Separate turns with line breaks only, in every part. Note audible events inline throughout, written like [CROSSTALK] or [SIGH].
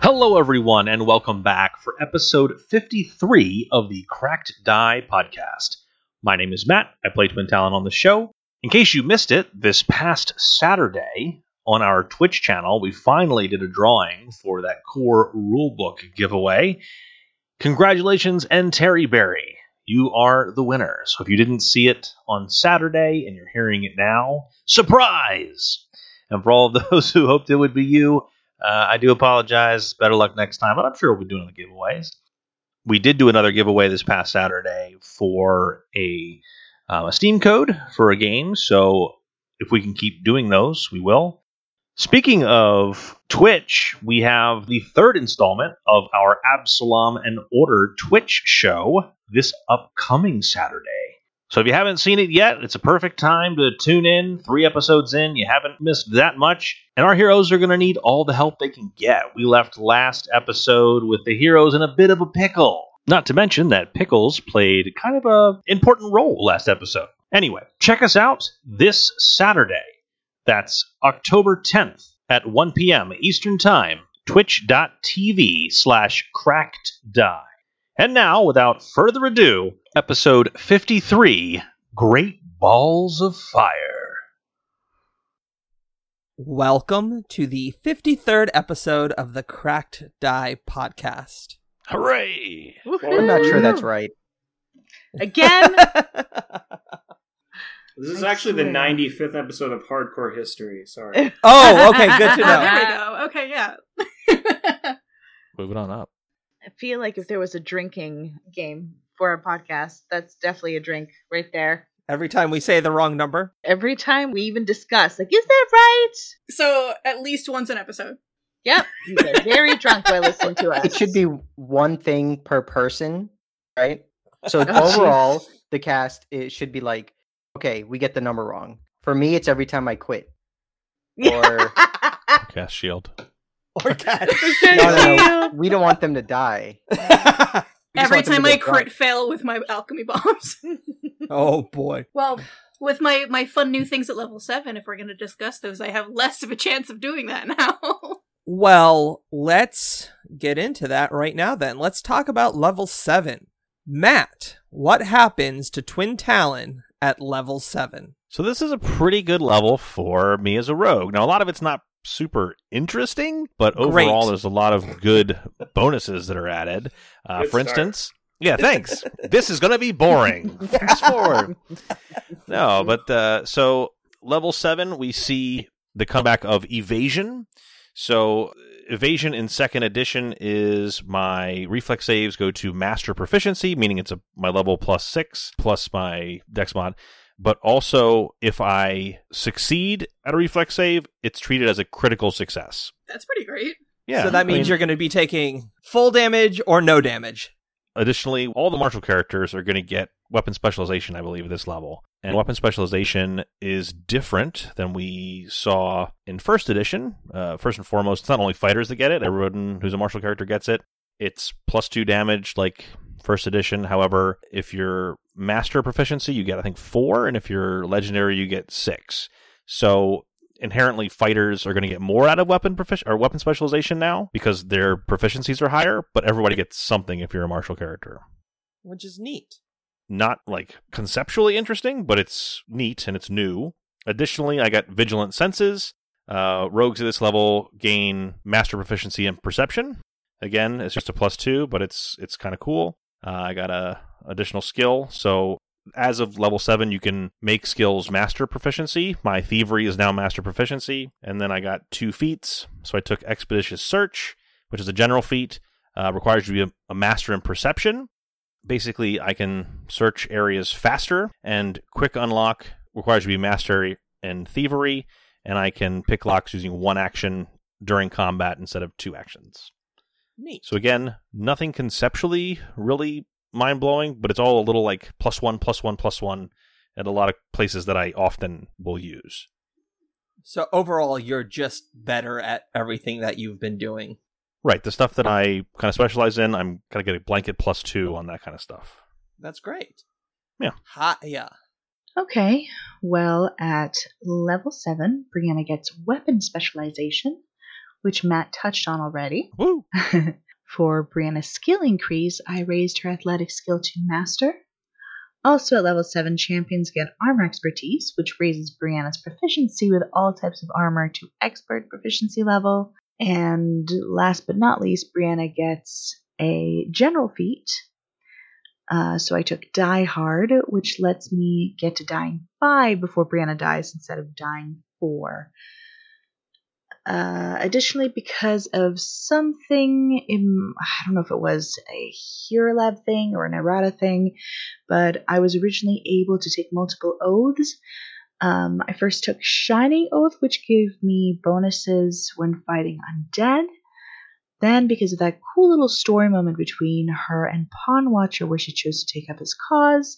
Hello, everyone, and welcome back for episode 53 of the Cracked Die podcast. My name is Matt. I play Twin Talon on the show. In case you missed it, this past Saturday on our Twitch channel, we finally did a drawing for that core rulebook giveaway. Congratulations, and Terry Berry. You are the winner. So if you didn't see it on Saturday and you're hearing it now, surprise! And for all of [LAUGHS] those who hoped it would be you, uh, I do apologize. Better luck next time, but I'm sure we'll be doing the giveaways. We did do another giveaway this past Saturday for a, um, a Steam code for a game, so if we can keep doing those, we will. Speaking of Twitch, we have the third installment of our Absalom and Order Twitch show this upcoming Saturday. So if you haven't seen it yet, it's a perfect time to tune in. Three episodes in, you haven't missed that much. And our heroes are going to need all the help they can get. We left last episode with the heroes in a bit of a pickle. Not to mention that Pickles played kind of a important role last episode. Anyway, check us out this Saturday. That's October 10th at 1 p.m. Eastern Time, twitch.tv slash cracked die. And now, without further ado, episode 53 Great Balls of Fire.
Welcome to the 53rd episode of the Cracked Die podcast.
Hooray!
I'm not sure that's right. [LAUGHS]
Again,
This is
I
actually the
swear.
95th episode of Hardcore History.
[LAUGHS]
Sorry.
[LAUGHS] oh, okay, good to
Ah, [LAUGHS]
there
know.
we go. Okay, yeah.
Moving on up.
I feel like if there was a drinking game for a podcast, that's definitely a drink right there.
Every time we say the wrong number,
Every time we even discuss, like, is that right?
So at least once an episode.
Yep, you get
[LAUGHS]
very drunk by listening to us.
It
[LAUGHS]
should be one thing per person, right?
[LAUGHS]
So
Oh, geez.
overall, the cast it should be like, okay, we get the number wrong. For me, it's every time I quit. Or
Cast Shield.
or cat.
no, no, no, we don't want them to die. We just
Every
want them to
time I
get drunk.
crit fail with my alchemy bombs.
[LAUGHS]
[LAUGHS]
oh boy.
well, with my my fun new things at level 7, if we're going to discuss those, I have less of a chance of doing that now. [LAUGHS]
Well, let's get into that right now then. Let's talk about level 7. Matt, what happens to Twin Talon at level 7?
So this is a pretty good level for me as a rogue. Now a lot of it's not super interesting, but
Great.
overall there's a lot of good bonuses that are added. Uh,
Good
for
start.
instance, yeah,
[LAUGHS]
thanks. this is going to be boring. Fast forward. No, but uh, so level seven, we see the comeback of evasion. So evasion in second edition is my reflex saves go to master proficiency, meaning it's a my level plus six plus my dex mod. But also, if I succeed at a reflex save, it's treated as a critical success.
That's pretty great.
Yeah.
so that means you're going to be taking full damage or no damage.
Additionally, all the martial characters are going to get weapon specialization, I believe, at this level. And weapon specialization is different than we saw in first edition. Uh, first and foremost, it's not only fighters that get it, everyone who's a martial character gets it. It's plus two damage, like first edition. However, if you're master proficiency, you get, I think, four. And if you're legendary, you get six. So inherently fighters are going to get more out of weapon profici- or weapon specialization now because their proficiencies are higher, but everybody gets something if you're a martial character.
which is neat.
Not like conceptually interesting, but it's neat and it's new. Additionally, I got vigilant senses. Uh, rogues at this level gain master proficiency in perception. Again, it's just a plus two, but it's it's kind of cool. Uh, I got a additional skill, so as of level 7 you can make skills master proficiency my thievery is now master proficiency and then i got two feats so i took expeditious search which is a general feat uh, requires you to be a, a master in perception basically i can search areas faster and quick unlock requires you to be master in thievery and i can pick locks using one action during combat instead of two actions
Neat.
so again, nothing conceptually really mind blowing, but it's all a little like plus one, plus one, plus one at a lot of places that I often will use.
So overall, you're just better at everything that you've been doing.
Right, the stuff that I kind of specialize in, I'm kind of get a blanket plus two on that kind of stuff.
That's great.
Yeah.
Ha, yeah.
Okay, well, at level 7, Brianna gets weapon specialization, which Matt touched on already.
Woo!
[LAUGHS] For Brianna's skill increase, I raised her athletic skill to master. Also at level 7, champions get armor expertise, which raises Brianna's proficiency with all types of armor to expert proficiency level. And last but not least, Brianna gets a general feat. Uh, so I took Die Hard, which lets me get to dying 5 before Brianna dies instead of dying 4. Uh, additionally, because of something, in, I don't know if it was a Hero Lab thing or an errata thing, but I was originally able to take multiple oaths. Um, I first took Shining Oath, which gave me bonuses when fighting undead. Then, because of that cool little story moment between her and Pawn Watcher, where she chose to take up his cause,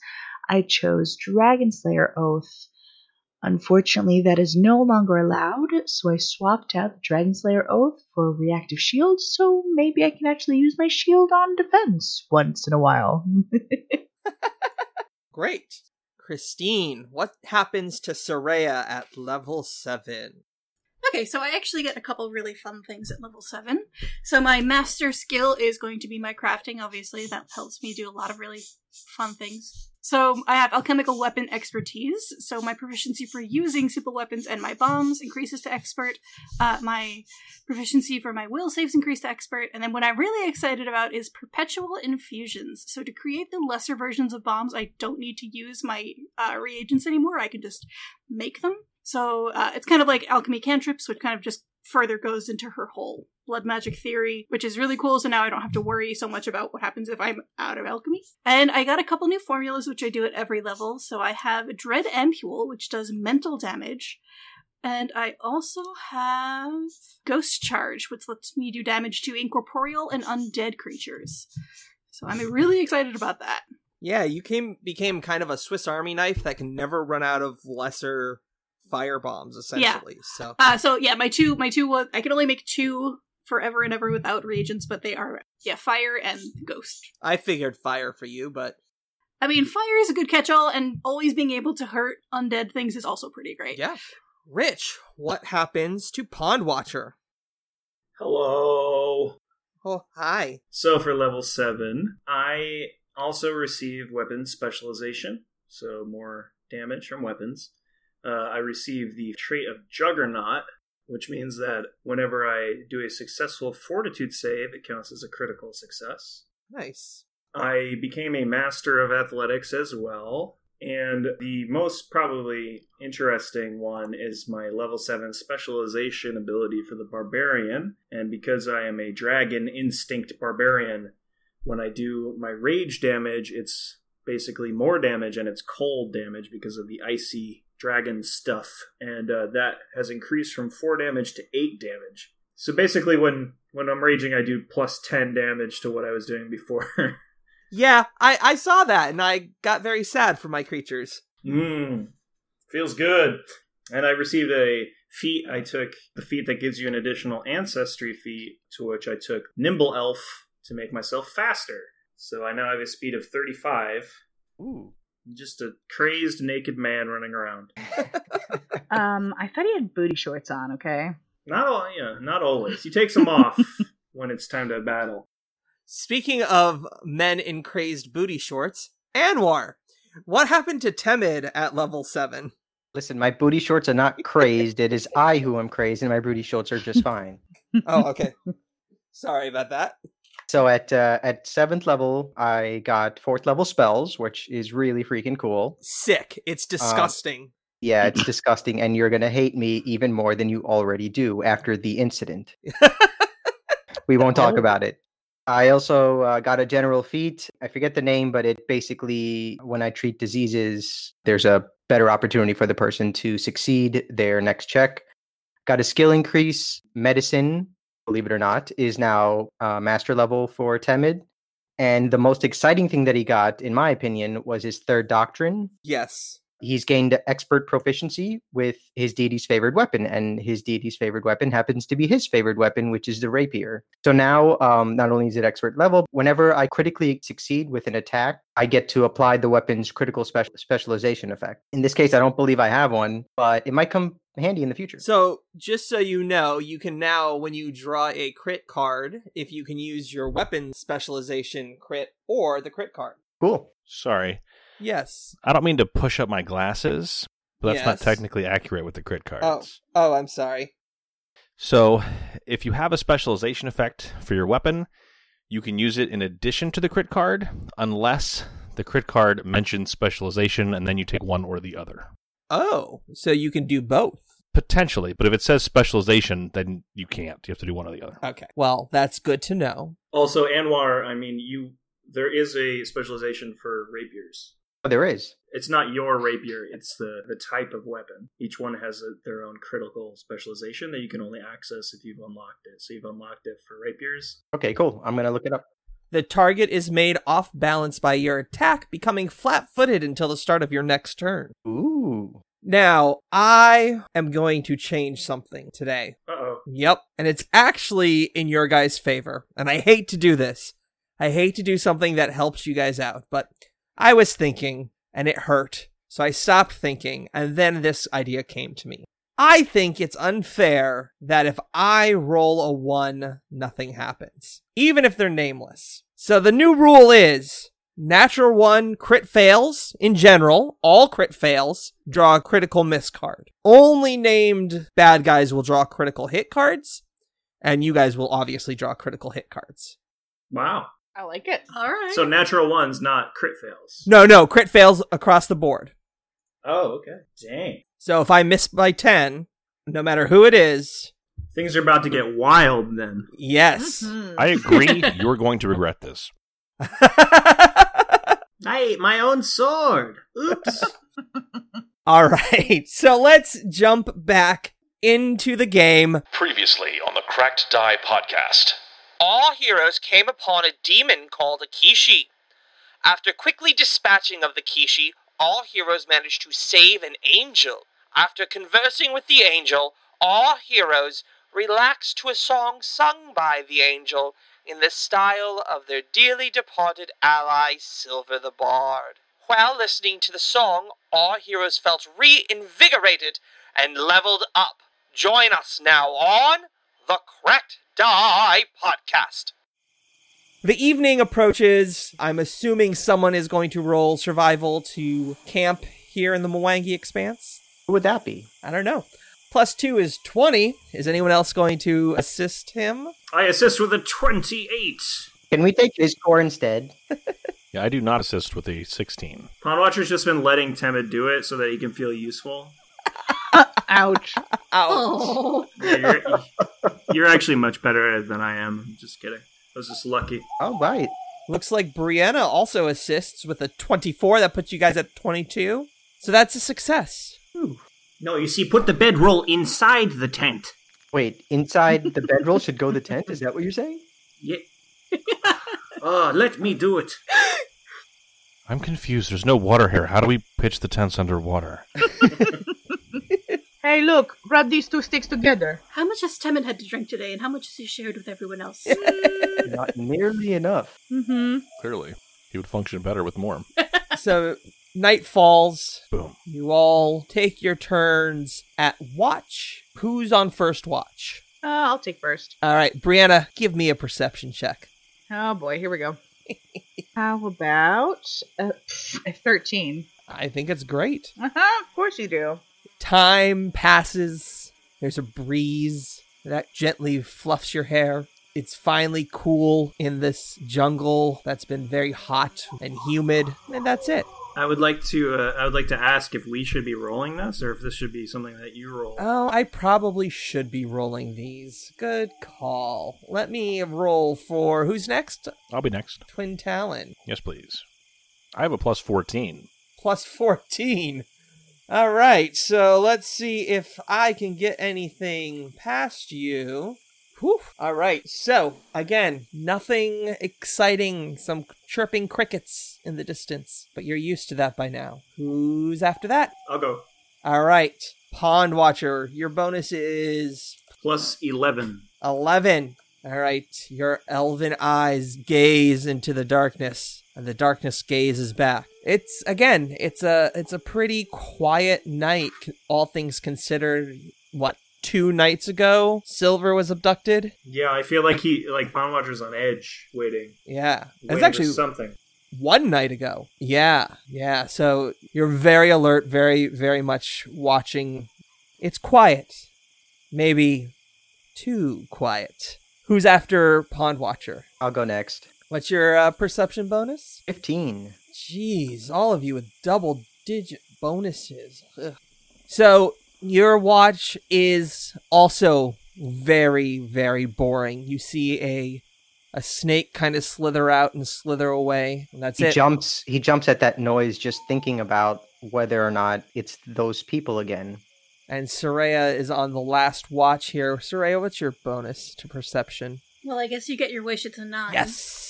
I chose Dragon Slayer Oath. Unfortunately, that is no longer allowed, so I swapped out the Dragon Slayer Oath for Reactive Shield, so maybe I can actually use my shield on defense once in a while. [LAUGHS]
Great. Christine, what happens to Soraya at level 7?
Okay, so I actually get a couple really fun things at level 7. So my master skill is going to be my crafting, obviously. That helps me do a lot of really fun things. So I have alchemical weapon expertise. So my proficiency for using simple weapons and my bombs increases to expert. Uh, my proficiency for my will saves increase to expert. And then what I'm really excited about is perpetual infusions. So to create the lesser versions of bombs, I don't need to use my uh, reagents anymore. I can just make them. So uh, it's kind of like alchemy cantrips, which kind of just further goes into her whole blood magic theory, which is really cool. So now I don't have to worry so much about what happens if I'm out of alchemy. And I got a couple new formulas, which I do at every level. So I have Dread Ampule, which does mental damage. And I also have Ghost Charge, which lets me do damage to incorporeal and undead creatures. So I'm really excited about that.
Yeah, you came became kind of a Swiss Army knife that can never run out of lesser fire bombs, essentially. So
Uh, so yeah, my two, my two, was I can only make two forever and ever without reagents, but they are yeah, fire and ghost.
I figured fire for you, but
I mean, fire is a good catch-all, and always being able to hurt undead things is also pretty great.
yeah. Rich, what happens to Pond Watcher?
Hello.
Oh, hi.
So for level seven, I also receive weapon specialization, so more damage from weapons. Uh, I receive the trait of Juggernaut, which means that whenever I do a successful Fortitude save, it counts as a critical success.
Nice.
I became a master of athletics as well. And the most probably interesting one is my level 7 specialization ability for the barbarian. And because I am a dragon instinct barbarian, when I do my rage damage, it's basically more damage and it's cold damage because of the icy dragon stuff. And uh, that has increased from 4 damage to 8 damage. So basically, when, when I'm raging, I do plus 10 damage to what I was doing before. [LAUGHS]
Yeah, I, I saw that and I got very sad for my creatures.
Mmm. Feels good. And I received a feat. I took the feat that gives you an additional ancestry feat, to which I took Nimble Elf to make myself faster. So I now have a speed of 35.
Ooh.
I'm just a crazed naked man running around.
Um, I thought he had booty shorts on. Okay.
Not all, yeah, not always. He takes them off when it's time to battle.
Speaking of men in crazed booty shorts, Anwar, what happened to Temid at level 7?
Listen, my booty shorts are not crazed. It is I who am crazed, and my booty shorts are just fine.
Oh, okay. Sorry about that.
So at uh, at seventh level, I got fourth level spells, which is really freaking cool.
Sick. It's disgusting.
Yeah, it's disgusting, and you're gonna hate me even more than you already do after the incident. we won't talk about it. I also uh, got a general feat. I forget the name, but it basically, when I treat diseases, there's a better opportunity for the person to succeed their next check. Got a skill increase. Medicine, believe it or not, is now uh, master level for Temid. And the most exciting thing that he got, in my opinion, was his third doctrine,
yes.
he's gained expert proficiency with his deity's favored weapon, and his deity's favored weapon happens to be his favored weapon, which is the rapier. So now, um, not only is it expert level, whenever I critically succeed with an attack, I get to apply the weapon's critical special specialization effect. In this case, I don't believe I have one, but it might come handy in the future.
So, just so you know, you can now, when you draw a crit card, if you can use your weapon specialization crit or the crit card.
cool.
Sorry.
Yes.
I don't mean to push up my glasses, but that's not
Yes.
technically accurate with the crit cards.
Oh, I'm sorry.
So, if you have a specialization effect for your weapon, you can use it in addition to the crit card, unless the crit card mentions specialization and then you take one or the other.
Oh, so you can do both.
Potentially, but if it says specialization, then you can't. You have to do one or the other.
Okay. Well, that's good to know.
Also, Anwar, I mean, you there is a specialization for rapiers.
Oh, there is.
It's not your rapier; it's the the type of weapon. Each one has a, their own critical specialization that you can only access if you've unlocked it. So you've unlocked it for rapiers.
Okay, cool. I'm gonna look it up.
The target is made off balance by your attack, becoming flat footed until the start of your next turn.
Ooh.
Now, I am going to change something today.
Uh oh.
Yep. And it's actually in your guys' favor. And I hate to do this. I hate to do something that helps you guys out, but I was thinking and it hurt. So I stopped thinking and then this idea came to me. I think it's unfair that if I roll a one, nothing happens, even if they're nameless. So the new rule is natural one crit fails in general, all crit fails, draw a critical miss card. Only named bad guys will draw critical hit cards, and you guys will obviously draw critical hit cards.
Wow.
I like it.
All right.
So natural ones, not crit fails.
No, no, crit fails across the board.
Oh, okay. Dang.
So if I miss by 10, no matter who it is,
Things are about to get wild then.
yes.
Mhm.
I agree. You're going to regret this.
I ate my own sword. Oops.
[LAUGHS] All right. So let's jump back into the game.
Previously on the Cracked Die podcast.
All heroes came upon a demon called a Kishi. After quickly dispatching of the Kishi, all heroes managed to save an angel. After conversing with the angel, all heroes relaxed to a song sung by the angel in the style of their dearly departed ally Silver the Bard. While listening to the song, all heroes felt reinvigorated and leveled up. Join us now on the Cracked Die Podcast. The evening approaches. I'm assuming someone is going to roll survival to camp here in the Mwangi Expanse.
Who would that be?
I don't know. Plus two is 20. Is anyone else going to assist him?
[LAUGHS] I assist with a 28.
Can we take his score instead?
Yeah, I do not assist with a 16.
Pond Watcher's just been letting Temid do it so that he can feel useful.
Ouch.
Ow.
Oh.
Yeah, you're, [LAUGHS] you're actually much better at it than I am. I'm just kidding. I was just lucky.
All right.
Looks like Brianna also assists with a 24. That puts you guys at 22. So that's a success.
No, you see, put the bedroll inside the tent.
Wait, inside the bedroll should go the tent. Is that what you're saying?
Yeah. [LAUGHS] oh, let me do it.
I'm confused. There's no water here. How do we pitch the tents underwater?
Hey, look, rub these two sticks together.
How much has Temin had to drink today, and how much has he shared with everyone [LAUGHS] else?
Not nearly enough.
Mm-hmm.
Clearly, he would function better with more.
so night falls.
Boom.
You all take your turns at watch. Who's on first watch?
Uh, I'll take first.
All right, Brianna, give me a perception check.
Oh boy, here we go. How about uh, a 13?
I think it's great.
Uh-huh, of course you do.
Time passes. There's a breeze that gently fluffs your hair. It's finally cool in this jungle that's been very hot and humid. And that's it.
I would like to. Uh, I would like to ask if we should be rolling this, or if this should be something that you roll.
Uh.
Oh, I probably should be rolling these. Good call. Let me roll for who's next?
[LAUGHS] I'll be next.
Twin Talon.
Yes, please. I have a plus 14.
plus 14. All right, so let's see if I can get anything past you. Whew. All right, so again, nothing exciting, some chirping crickets in the distance, but you're used to that by now. Who's after that?
I'll go
All right, Pond Watcher, your bonus is
plus eleven.
11. All right, your elven eyes gaze into the darkness, and the darkness gazes back.
it's again it's a it's a pretty quiet night c- all things considered what two nights ago silver was abducted
Yeah, I feel like he like Pond Watcher's on edge, waiting.
yeah it's
waiting
actually
for something.
one night ago yeah yeah so you're very alert very very much watching it's quiet maybe too quiet who's after pond watcher
I'll go next.
what's your uh, perception bonus
15.
Jeez, all of you with double digit bonuses. Ugh. So, your watch is also very, very boring. You see a a snake kind of slither out and slither away, and that's
He
it.
jumps he jumps at that noise just thinking about whether or not it's those people again.
And Soraya is on the last watch here. Soraya, what's your bonus to perception?
Well, I guess you get your wish. It's a nine.
Yes.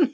[LAUGHS]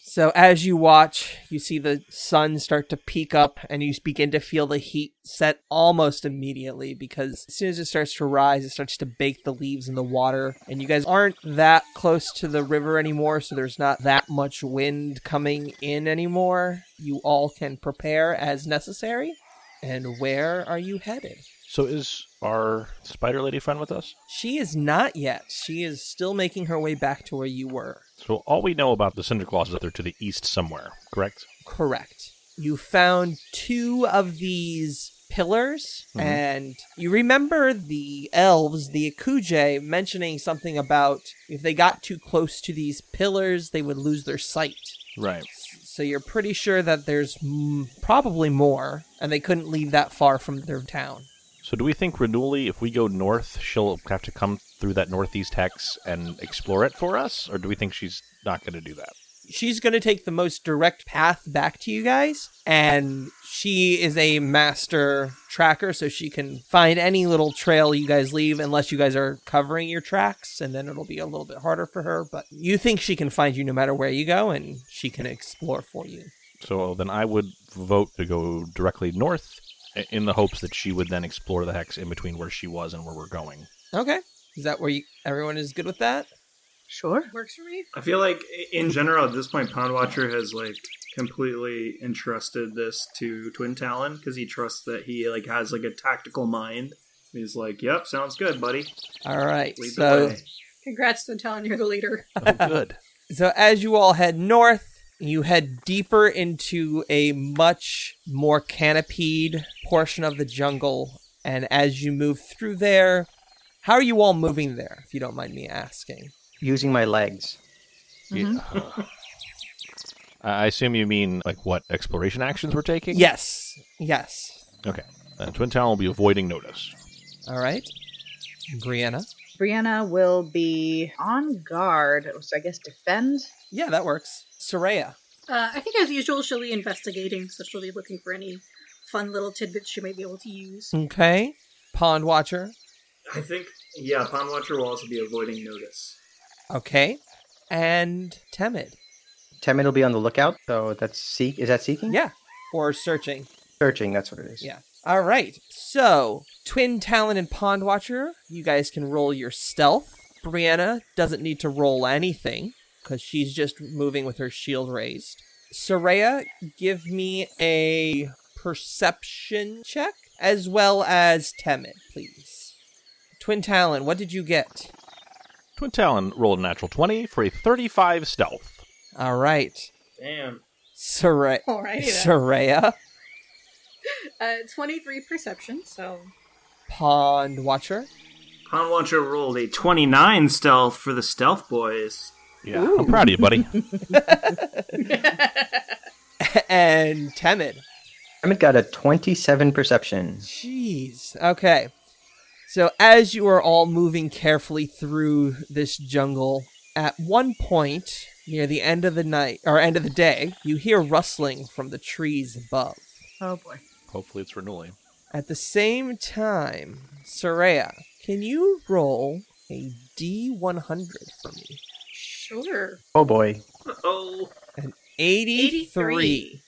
so as you watch, you see the sun start to peak up and you begin to feel the heat set almost immediately because as soon as it starts to rise, it starts to bake the leaves in the water. And you guys aren't that close to the river anymore, so there's not that much wind coming in anymore. You all can prepare as necessary. And where are you headed?
So is our spider lady friend with us?
She is not yet. She is still making her way back to where you were.
So all we know about the Cinder Claws is that they're to the east somewhere, correct?
Correct. You found two of these pillars,
Mhm.
and you remember the elves, the Akuje, mentioning something about if they got too close to these pillars, they would lose their sight.
Right.
So you're pretty sure that there's mm, probably more, and they couldn't leave that far from their town.
So do we think Renuli, if we go north, she'll have to come through that northeast hex and explore it for us? Or do we think she's not going to do that?
she's going to take the most direct path back to you guys and she is a master tracker so she can find any little trail you guys leave unless you guys are covering your tracks and then it'll be a little bit harder for her but you think she can find you no matter where you go and she can explore for you
So then I would vote to go directly north i- in the hopes that she would then explore the hex in between where she was and where we're going.
okay is that where you, everyone is good with that
Sure.
Works for me.
I feel like i- in general at this point, Pond Watcher has like completely entrusted this to Twin Talon because he trusts that he like has like a tactical mind. He's like, "Yep, sounds good, buddy.
all right
Lead the
so
way."
Congrats to telling you're the leader.
Oh, good.
So as you all head north, you head deeper into a much more canopied portion of the jungle. And as you move through there, how are you all moving there, if you don't mind me asking?
Using my legs.
Yeah. [LAUGHS] I I assume you mean like what exploration actions we're taking?
Yes. Yes.
Okay. Uh, Twin Town will be avoiding notice.
All right. Brianna.
Brianna will be on guard, so I guess defend.
Yeah, that works. Soraya.
Uh, I think, as usual, she'll be investigating, so she'll be looking for any fun little tidbits she may be able to use.
Okay. Pond Watcher.
I think yeah, Pond Watcher will also be avoiding notice.
Okay. And Temid.
Temid will be on the lookout. So that's seek. Is that seeking?
Yeah. Or searching.
Searching. That's what it is.
Yeah. All right. So, Twin Talon and Pond Watcher, you guys can roll your stealth. Brianna doesn't need to roll anything because she's just moving with her shield raised. Soraya, give me a perception check as well as Temid, please. Twin Talon, what did you get?
Twin Talon rolled a natural 20 for a 35 stealth.
All right.
Damn.
Soraya.
Alrighty then.
Soraya,
Uh, 23 perception, so.
Pond Watcher.
Pond Watcher rolled a twenty-nine stealth for the stealth boys.
Yeah. I'm proud of you, buddy.
and Temid.
Temid got a 27 perception.
Jeez. Okay. So as you are all moving carefully through this jungle, at one point near the end of the night or end of the day, you hear rustling from the trees above.
Oh boy.
Hopefully it's Renuli.
At the same time, Soraya, can you roll a D100 for me?
Sure.
Oh boy.
Oh,
83.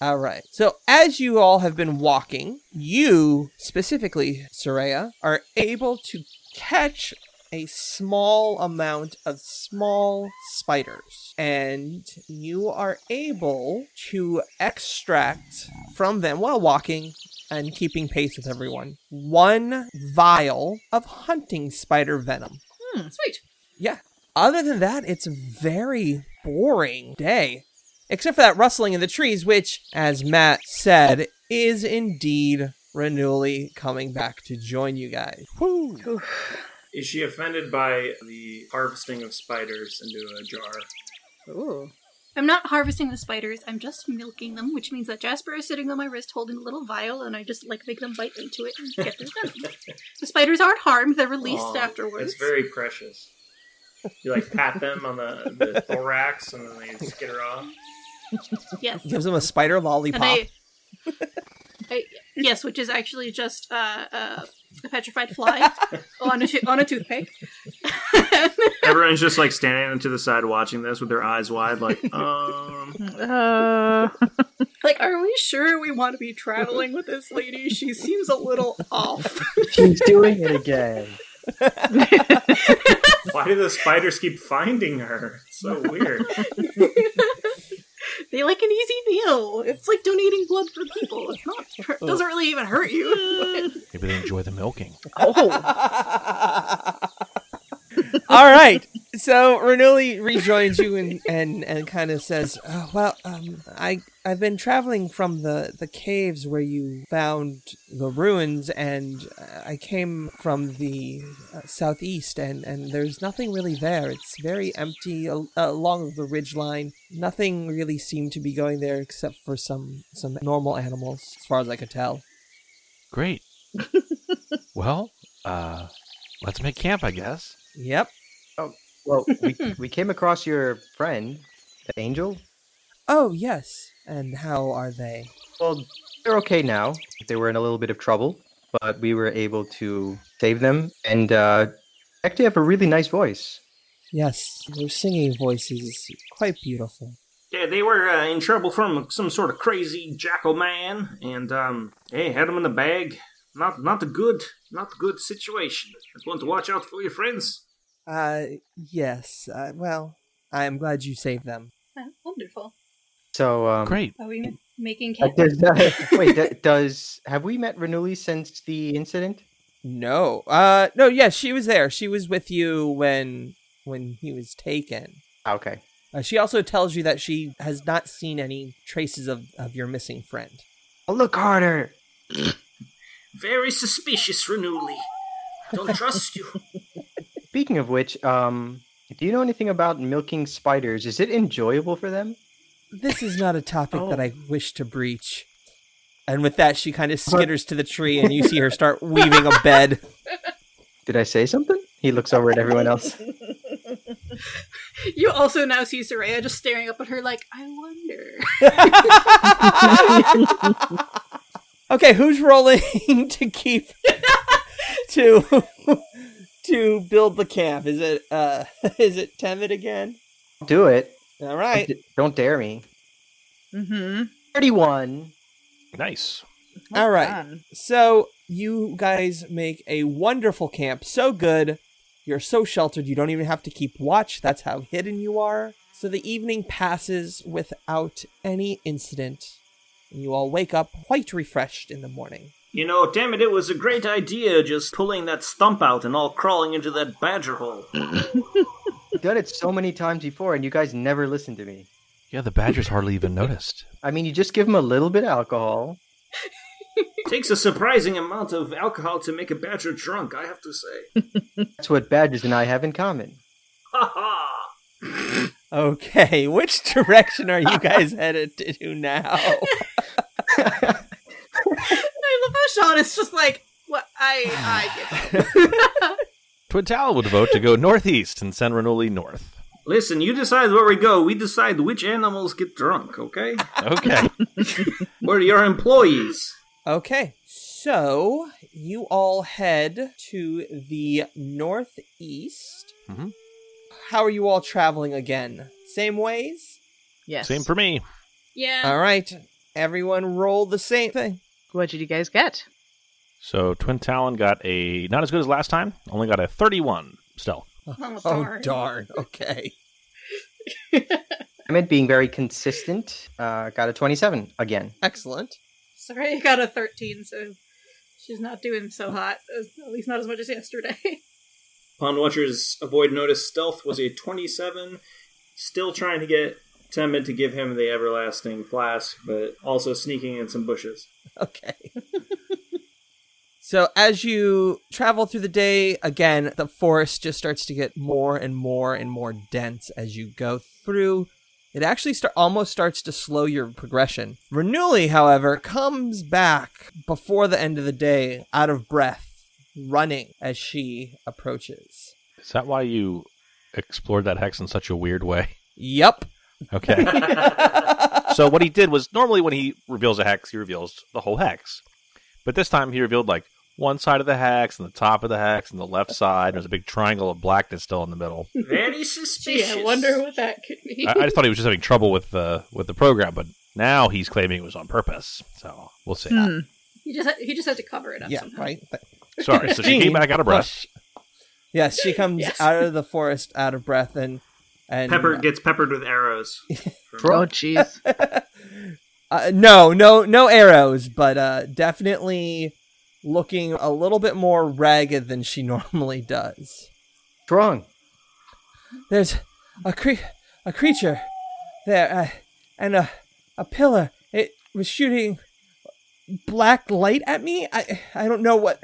All right. So, as you all have been walking, you specifically, Soraya, are able to catch a small amount of small spiders, and you are able to extract from them while walking and keeping pace with everyone one vial of hunting spider venom.
Hmm, Sweet.
Yeah. Other than that, it's a very boring day. Except for that rustling in the trees, which, as Matt said, is indeed Renewally coming back to join you guys. Woo!
Is she offended by the harvesting of spiders into a jar?
Ooh.
I'm not harvesting the spiders, I'm just milking them, which means that Jasper is sitting on my wrist holding a little vial, and I just like make them bite into it and get their venom. the spiders aren't harmed, they're released
Aw,
afterwards.
It's very precious. You like pat them on the, the thorax and then they skitter off. [LAUGHS]
yes.
Gives him a spider
And
lollipop.
I, [LAUGHS] I, yes, which is actually just uh, uh, a petrified
[LAUGHS]
fly on a to- on a toothpick.
Everyone's just like standing to the side watching this with their eyes wide, like, um.
Uh,
like, are we sure we want to be traveling with this lady? She seems a little off. [LAUGHS]
She's doing it again.
Why do the spiders keep finding her? It's so weird.
they like an easy meal. It's like donating blood for people. It's not it doesn't really even hurt
[LAUGHS]
you. [LAUGHS]
Maybe they enjoy the milking.
[LAUGHS] All right. So Renoli rejoins you and, and, and kind of says, oh, "Well, um, I I've been traveling from the, the caves where you found the ruins, and uh, I came from the uh, southeast, and, and there's nothing really there. It's very empty al- along the ridge line. Nothing really seemed to be going there except for some some normal animals, as far as I could tell."
Great. well, uh, let's make camp, I guess.
Yep.
Well,
[LAUGHS]
we, we came across your friend, the angel.
Oh yes. And how are they?
Well, they're okay now. They were in a little bit of trouble, but we were able to save them. And uh, actually, have a really nice voice.
Yes, your singing voice is quite beautiful.
Yeah, they were uh, in trouble from some sort of crazy jackal man, and um, hey, had them in the bag. Not, not a good, not a good situation. Just want to watch out for your friends.
Uh, yes. Uh, well, I am glad you saved them.
Wonderful.
So um,
Great.
Are we making
uh, does, [LAUGHS] uh, wait, d- does have we met Renuli since the incident?
No. Uh, no. Yes, she was there. She was with you when when he was taken.
Okay.
Uh, she also tells you that she has not seen any traces of of your missing friend.
I'll Oh, look harder.
Very suspicious, Renuli. Don't trust you. [LAUGHS]
Speaking of which, um, do you know anything about milking spiders? Is it enjoyable for them?
This is not a topic
Oh.
that I wish to breach. And with that, she kind of skitters to the tree, and you see her start weaving a bed.
Did I say something? He looks over at everyone else.
You also now see Soraya just staring up at her like, I wonder. [LAUGHS]
[LAUGHS] okay, who's rolling to keep [LAUGHS] to to build the camp? Is it uh [LAUGHS] is it Temid again?
Do it.
All right.
D- Don't dare me.
mm-hmm.
Thirty-one.
Nice.
All right. So you guys make a wonderful camp. So good. You're so sheltered. You don't even have to keep watch. That's how hidden you are. So the evening passes without any incident. And you all wake up quite refreshed in the morning.
You know, damn it, it was a great idea just pulling that stump out and all crawling into that badger hole.
I've done it so many times before, and you guys never listen to me.
Yeah, the badgers hardly even noticed.
I mean, you just give them a little bit of alcohol.
Takes a surprising amount of alcohol to make a badger drunk, I have to say. [LAUGHS]
That's what badgers and I have in common.
Ha ha!
Okay, [LAUGHS] which direction are you guys headed to now?
I love how Sean is just like, what I I get it."
Twin Talon would vote to go northeast and send Renoli north.
Listen, you decide where we go. We decide which animals get drunk, okay?
Okay.
We're your employees.
Okay, so you all head to the northeast.
Mhm.
How are you all traveling again? Same ways?
Yes.
Same for me.
[SIGHS] Yeah.
All right, everyone roll the same thing.
What did you guys get?
So Twin Talon got a not as good as last time. Only got a thirty-one. stealth.
Oh,
Oh [LAUGHS]
darn.
darn. Okay.
Emmett being very consistent, uh, got a 27 again.
Excellent.
Sorry, I got a 13, so she's not doing so hot. As- At least not as much as yesterday. [LAUGHS]
Pond Watcher's avoid notice stealth was a 27. Still trying to get Temid to give him the everlasting flask, but also sneaking in some
[LAUGHS]
bushes.
[LAUGHS] Okay. so as you travel through the day, again, the forest just starts to get more and more and more dense as you go through. It actually start, almost starts to slow your progression. Renuli, however, comes back before the end of the day, out of breath, running as she approaches.
Is that why you explored that hex in such a weird way? [LAUGHS]
Yep. [LAUGHS]
Okay. so what he did was normally when he reveals a hex, he reveals the whole hex. But this time he revealed like one side of the hex and the top of the hex and the left side. There's a big triangle of blackness still in the middle.
Very
Gee,
suspicious.
I wonder what that could be.
I, I just thought he was just having trouble with the with the program, but now he's claiming it was on purpose. So we'll see.
Hmm.
[LAUGHS] He just had, he just had to cover it up
yeah,
somehow.
right?
Sorry. So she
Jean,
came back out of
[LAUGHS]
breath.
push. Yes, she comes
Yes.
out of the forest out of breath and and
Pepper gets peppered with arrows.
Oh, jeez.
uh, no, no, no arrows, but uh, definitely looking a little bit more ragged than she [LAUGHS] normally does.
What's wrong?
There's a cre- a creature there, uh, and a a pillar. It was shooting black light at me. I I don't know what.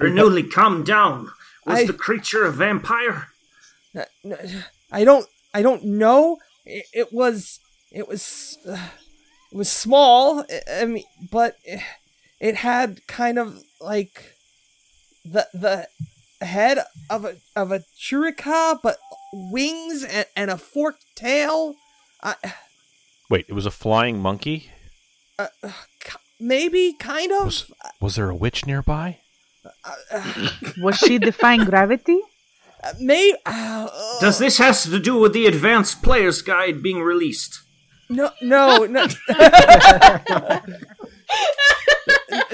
Renuli, calm down.
I-
creature a vampire?
Uh, n- I don't I don't know. It, it was it was uh, it was small. I, I mean, but it, it had kind of like the the head of a of a churika, but wings and, and a forked tail. I,
Wait, it was a flying monkey.
uh, uh, ki- maybe kind of.
Was was there a witch nearby?
Uh, uh,
Was she defying gravity?
may uh, uh,
Does this has to do with the advanced player's guide being released?
No, no, no.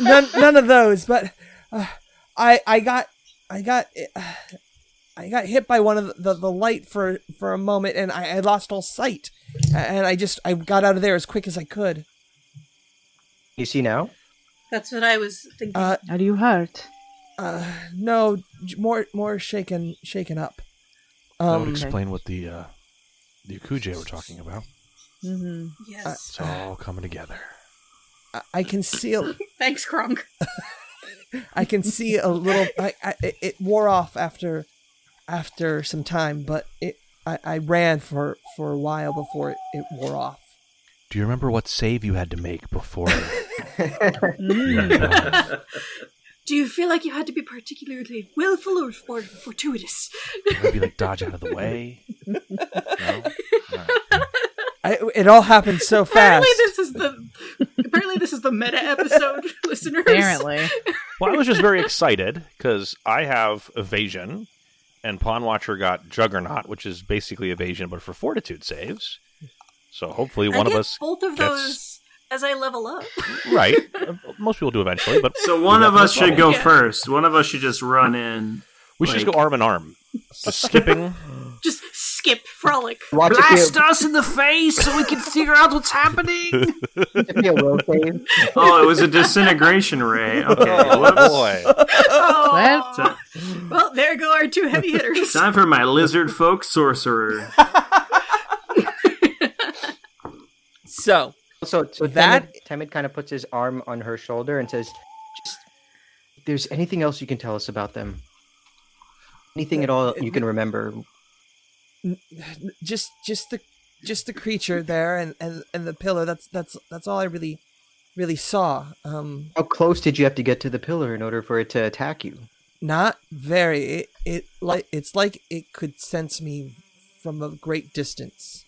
none, none of those. But uh, I, I got, I got, uh, I got hit by one of the, the light for for a moment, and I, I lost all sight, and I just I got out of there as quick as I could.
You see now?
That's what I was thinking.
Uh,
Are you hurt?
uh, no, j- more, more shaken, shaken up.
that would
Um,
explain what the uh, the Akuje were talking about.
Mm-hmm.
yes.
It's all coming together.
I, I can seal,
Thanks, Kronk.
I can see a little. I, I, it- it wore off after, after some time, but it. I, I ran for for a while before it, it wore off.
Do you remember what save you had to make
[LAUGHS]
before? you uh, went down?
Do you feel like you had to be particularly willful or, or fortuitous?
Maybe like dodge out of the way. No? Alright.
I, it all happened
[LAUGHS]
so fast.
Apparently, this is the apparently this is the meta episode, [LAUGHS] listeners.
[LAUGHS]
Apparently.
Well, I was just very excited because I have evasion, and Pawn Watcher got Juggernaut, which is basically evasion but for fortitude saves. So hopefully
I
one of
get
us,
both of
gets-
those as I level up.
[LAUGHS] right? uh, Most people do eventually, but
So one of us should go
Yeah.
first. One of us should just run in.
we should just go arm in arm, just skipping.
Just skip, frolic.
Watch it be
Blast us in the face so we can figure out what's [LAUGHS] happening.
a, it be a will save.
oh, it was a disintegration ray. Okay, whoops.
Oh, boy!
Oh.
Well.
Ti-
Well, there go our two heavy hitters.
Time for my lizard folk sorcerer.
so
So, so
That-
that Temid kind of puts his arm on her shoulder and says, "Just, if there's anything else you can tell us about them? Anything at all you can remember?
just just the just the creature there and, and, and the pillar. That's that's that's all I really really saw. Um,
How close did you have to get to the pillar in order for it to attack you?
not very. It, it like it's like it could sense me from a great distance.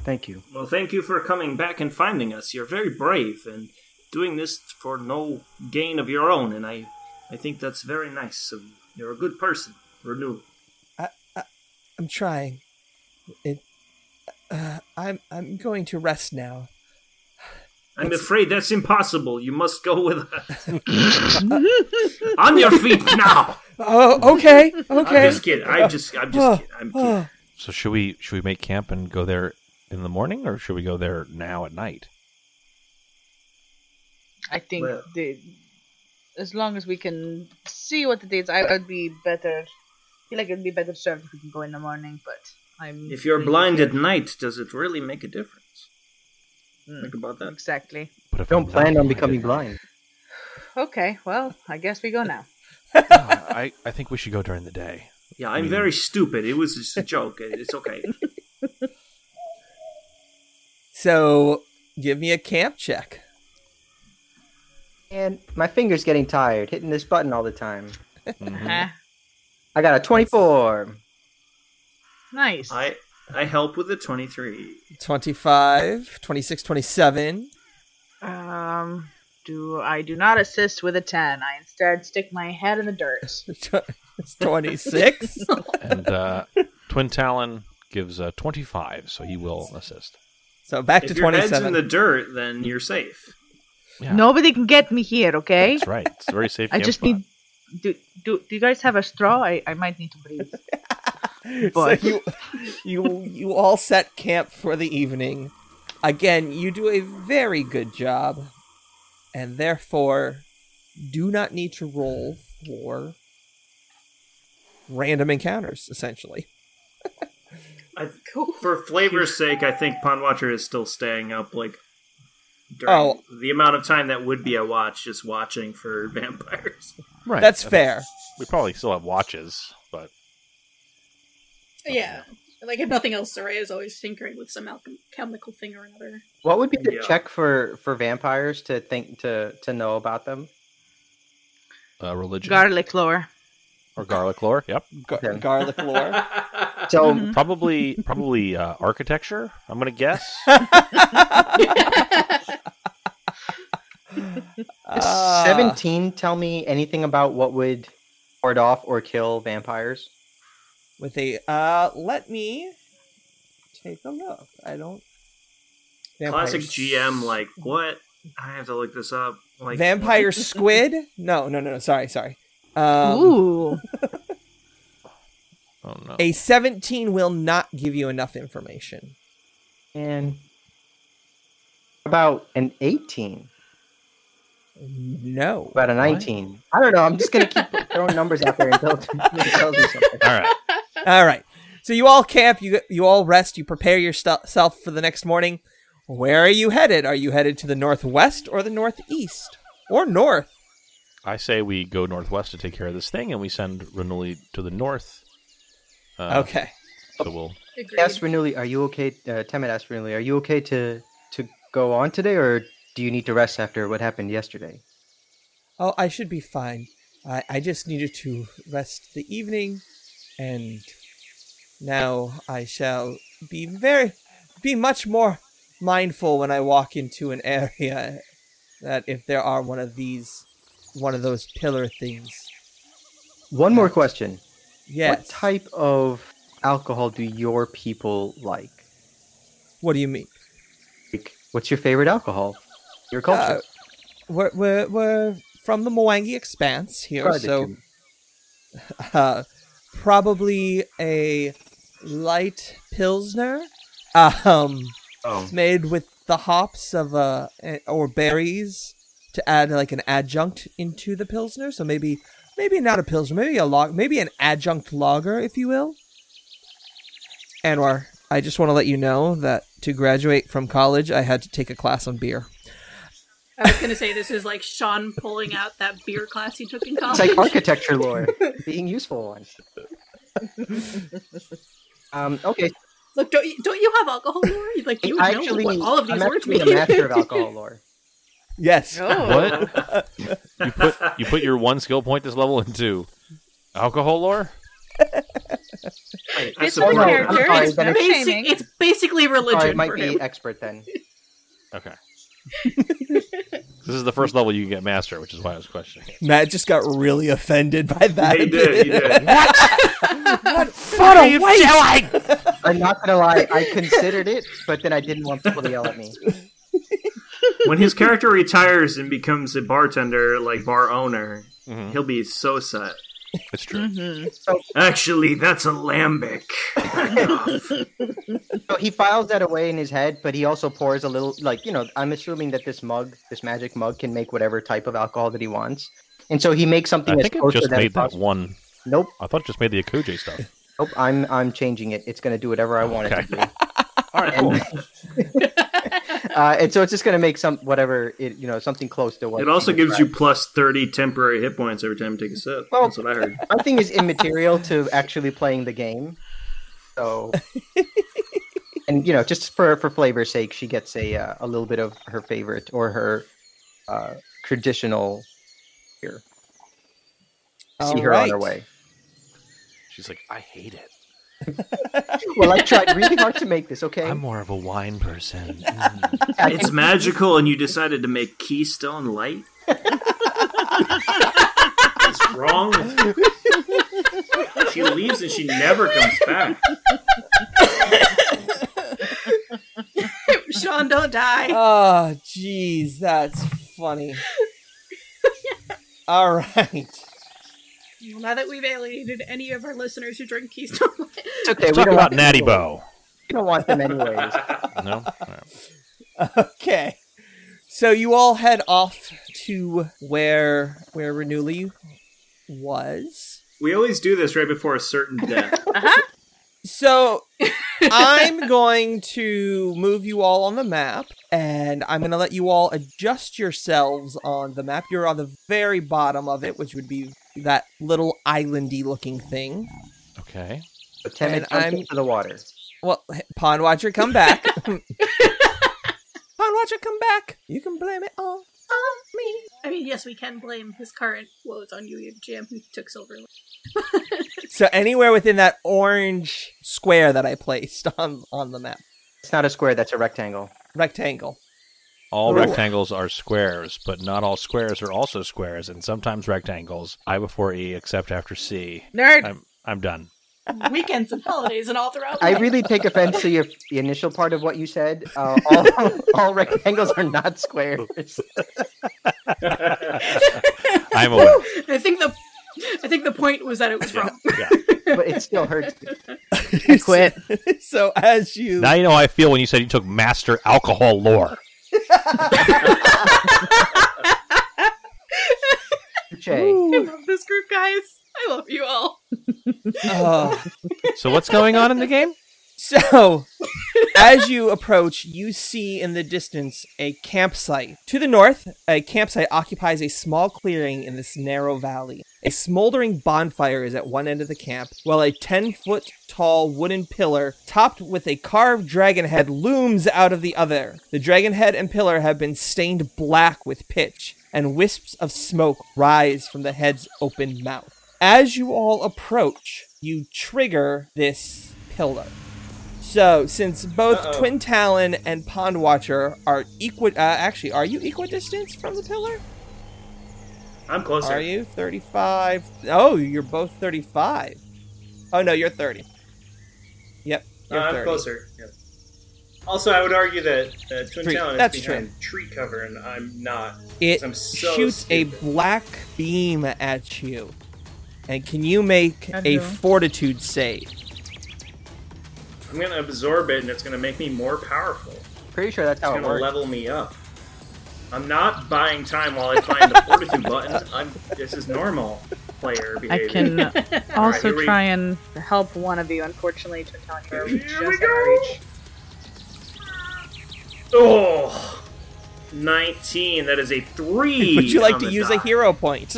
Thank you.
Well, thank you for coming back and finding us. You're very brave and doing this for no gain of your own, and I, I think that's very nice of you. You're a good person, Renew.
I'm trying. It. Uh, I'm I'm going to rest now.
I'm afraid that's impossible. You must go with
[LAUGHS]
us. On your feet now.
Oh, okay,
[LAUGHS] I'm
okay.
just kidding. I'm just. I'm just kidding. I'm kidding.
Oh,
So should we should we make camp and go there in the morning, or should we go there now at night?
I think
Well-
the as long as we can see what the dates, I would be better. feel like it'd be better served if we can go in the morning, but I'm.
If you're blind at night, does it really make a difference?
Mm,
Think about that.
exactly.
But if
Don't
I'm
plan
not
on
[LAUGHS]
becoming
blinded-
blind.
Okay, well, I guess we go now.
No, I I think we should go during the day.
Yeah,
I
I'm
mean-
very stupid. It was just a joke. It's
[LAUGHS]
okay.
So give me a camp check.
And my finger's getting tired hitting this button all the time.
Mm-hmm.
Mhm.
Uh-huh.
I got a 24.
Nice.
I I help with the 23.
25, 26, [LAUGHS] 27.
Um, do I do not assist with a ten? I instead stick my head in the dirt.
It's 26.
and uh, Twin Talon gives uh, twenty five, so he will assist.
so back to
If your head's
27.
in the dirt, then you're safe.
Yeah,
Nobody can get me here, okay?
that's right. It's a very safe.
Eh? I
camp
just
spot.
need. Do, do, do you guys have a straw? I, I might need to breathe.
[LAUGHS] so
But-
you, you, you all set camp for the evening. Again, you do a very good job, and therefore do not need to roll for random encounters, essentially.
I, For flavor's sake, I think Pond Watcher is still staying up like during
Oh.
the amount of time that would be a watch just watching for [LAUGHS] vampires.
Right.
That's
I think
fair.
We probably still have watches, but
[LAUGHS] Yeah. Like, if nothing else, Soraya is always tinkering with some alchem- chemical thing or [LAUGHS] another.
What would be the
Yeah.
check for for vampires to think to to know about them?
uh, religion
Garlic lore.
or garlic lore. Yep.
Mm-hmm.
Gar-
Okay.
Garlic lore.
[LAUGHS]
So
Mm-hmm.
Mhm.
Probably probably uh, architecture. I'm gonna
[LAUGHS]
guess.
does
Ah.
17 tell me anything about what would ward off or kill vampires?
with a uh let me take a look i don't
Classic
Vampire
GM, like what? I have to look this up. Like
vampire squid no no no no sorry sorry um,
Ooh.
Oh no.
a 17 will not give you enough information
And about an 18, [LAUGHS]
no
about a 19. I don't know. I'm just gonna keep throwing numbers out there until it tells me something.
All right.
all right so you all camp you you all rest you prepare yourself for the next morning where are you headed are you headed to the northwest or the northeast or north
I say we go northwest to take care of this thing, and we send Renuli to the north. Uh,
okay
So we'll.
Agreed.
Ask Renuli, are you okay? Uh, Temet asked Renuli, are you okay to to go on today, or do you need to rest after what happened yesterday?
Oh, I should be fine. I, I just needed to rest the evening, and now I shall be very, be much more mindful when I walk into an [LAUGHS] area that if there are one of these, one of those pillar things.
One more question.
Yes.
What type of alcohol do your people like?
What do you mean?
Like, what's your favorite alcohol? Your culture.
Uh, we're, we're, we're from the Mwangi Expanse here,
Sorry,
so.
Jim.
uh, probably a light pilsner, um,
Oh.
made with the hops of uh, eh, or berries to add like an adjunct into the pilsner. So maybe, maybe not a pilsner, maybe a log, maybe an adjunct lager, if you will. Anwar, I just want to let you know that to graduate from college, I had to take a class on beer.
I was going to say this is like Sean pulling out that beer class he took in
It's
college.
like architecture lore [LAUGHS] being useful
[LAUGHS]
once. um, okay,
Look, don't you, don't you have alcohol lore? You- Like you would
I
know
actually,
what all of these
I'm
words
actually
mean. [LAUGHS]
a master of alcohol lore.
Yes.
What? [LAUGHS] you put you put your one skill point this level into alcohol lore.
Wait, I
It's
all
support
our
no,
it.
[LAUGHS]
I'm
character.
sorry,
it's
but
no
it's-
Basic-
shaming.
it's basically religion.
Sorry, it might
for
be
him.
expert then.
Okay. this is the first level you can get master, which is why I was questioning it.
Matt just got really offended by that.
He did. He did.
[LAUGHS] What a waste!
I'm not gonna lie, I considered it, but then I didn't want people to yell at me.
when his character retires and becomes a bartender, like bar owner,
Mhm.
he'll be so set.
It's true.
hmm
Actually, that's a lambic.
[LAUGHS] So he files that away in his head, but he also pours a little, like, you know, I'm assuming that this mug, this magic mug, can make whatever type of alcohol that he wants. And so he makes something
I
that's
think it
close to
just
that.
made
as
that
possible.
one.
Nope,
I thought it just made the Akuje stuff.
nope. I'm I'm changing it. It's gonna do whatever I want it to do.
All right, cool.
And, [LAUGHS] uh, and so it's just gonna make some whatever it you know something close to what.
It also
he
gives you
described.
plus 30 temporary hit points every time you take a sip.
Well-
That's what I heard.
My thing is immaterial to actually playing the game, so. And you know, just for for flavor's sake, she gets a uh, a little bit of her favorite or her uh, traditional beer. See her on her
Alright.
way.
[LAUGHS] She's like, I hate it.
Well, I tried really hard to make this. Okay,
[LAUGHS] I'm more of a wine person. Mm.
I
It's magical, and you decided to make Keystone Light? What's wrong with you? She leaves and she never comes back.
[LAUGHS] Sean, don't die.
Oh, jeez, that's funny. All right.
Well, now that we've alienated any of our listeners who drink Keystone Light,
it's okay.
Let's talk
don't want
about
them
Natty
anyway.
Bow.
We don't want
[LAUGHS]
them anyways.
No? All right.
Okay. So you all head off to where where Renuli was.
We always do this right before a certain death.
So I'm going to move you all on the map, and I'm going to let you all adjust yourselves on the map. You're on the very bottom of it, which would be that little islandy looking thing.
Okay.
So Temet
And
jumps
I'm-
into the water.
Well, h- Pawn Watcher, come back. Pawn Watcher, come back. You can blame it all on me.
I mean, yes, we can blame his current woes on Yu Jam, who took silver.
So anywhere within that orange square that I placed [LAUGHS] on on the map,
It's not a square. That's a rectangle.
rectangle.
All
Ooh.
rectangles are squares, but not all squares are also squares, and sometimes rectangles. I before E, except after C.
Nerd.
I'm I'm done.
Weekends and holidays and all throughout.
I
life.
really take offense to your the initial part of what you said. Uh, all, [LAUGHS] all rectangles are not squares.
[LAUGHS] I'm aware.
I think the I think the point was that it was
Yeah,
wrong.
yeah.
but it still hurts.
Quit. [LAUGHS] so as you
Now you know how I feel when you said you took master alcohol lore.
Touche.
I love this group, guys. I love you all.
Ugh.
So what's going on in the game?
So, as you approach, you see in the distance a campsite. To the north, a campsite occupies a small clearing in this narrow valley. A smoldering bonfire is at one end of the camp, while a 10 foot tall wooden pillar topped with a carved dragon head looms out of the other. The dragon head and pillar have been stained black with pitch, and wisps of smoke rise from the head's open mouth. As you all approach, you trigger this pillar. So, since both Twin Talon and Pond Watcher are equi, uh, actually, are you equidistant from the pillar?
I'm closer.
Are you 35? Oh, you're both 35. Oh no, you're 30. Yep,
Uh,
you're
I'm
30.
closer. Yeah. Also, I would argue that uh, Twin
Tree-
Talon
that's
is behind tree cover, and I'm not.
It
I'm so
shoots a
stupid.
black beam at you, and can you make
Can
a
do.
Fortitude save?
I'm gonna absorb it, and it's gonna make me more powerful.
Pretty sure
Oh,
that's how
It's
it
gonna
works.
level me up. I'm not buying time while I find the fortitude button. I'm. This is normal player
I
behavior.
[LAUGHS] can
Alright,
also
here we-
try and help one of you. Unfortunately, to
Here
encounter
we
just out of
go.
reach.
Oh, 19. That is a three.
[LAUGHS] Would you like
on
to
the
use
die.
a hero point?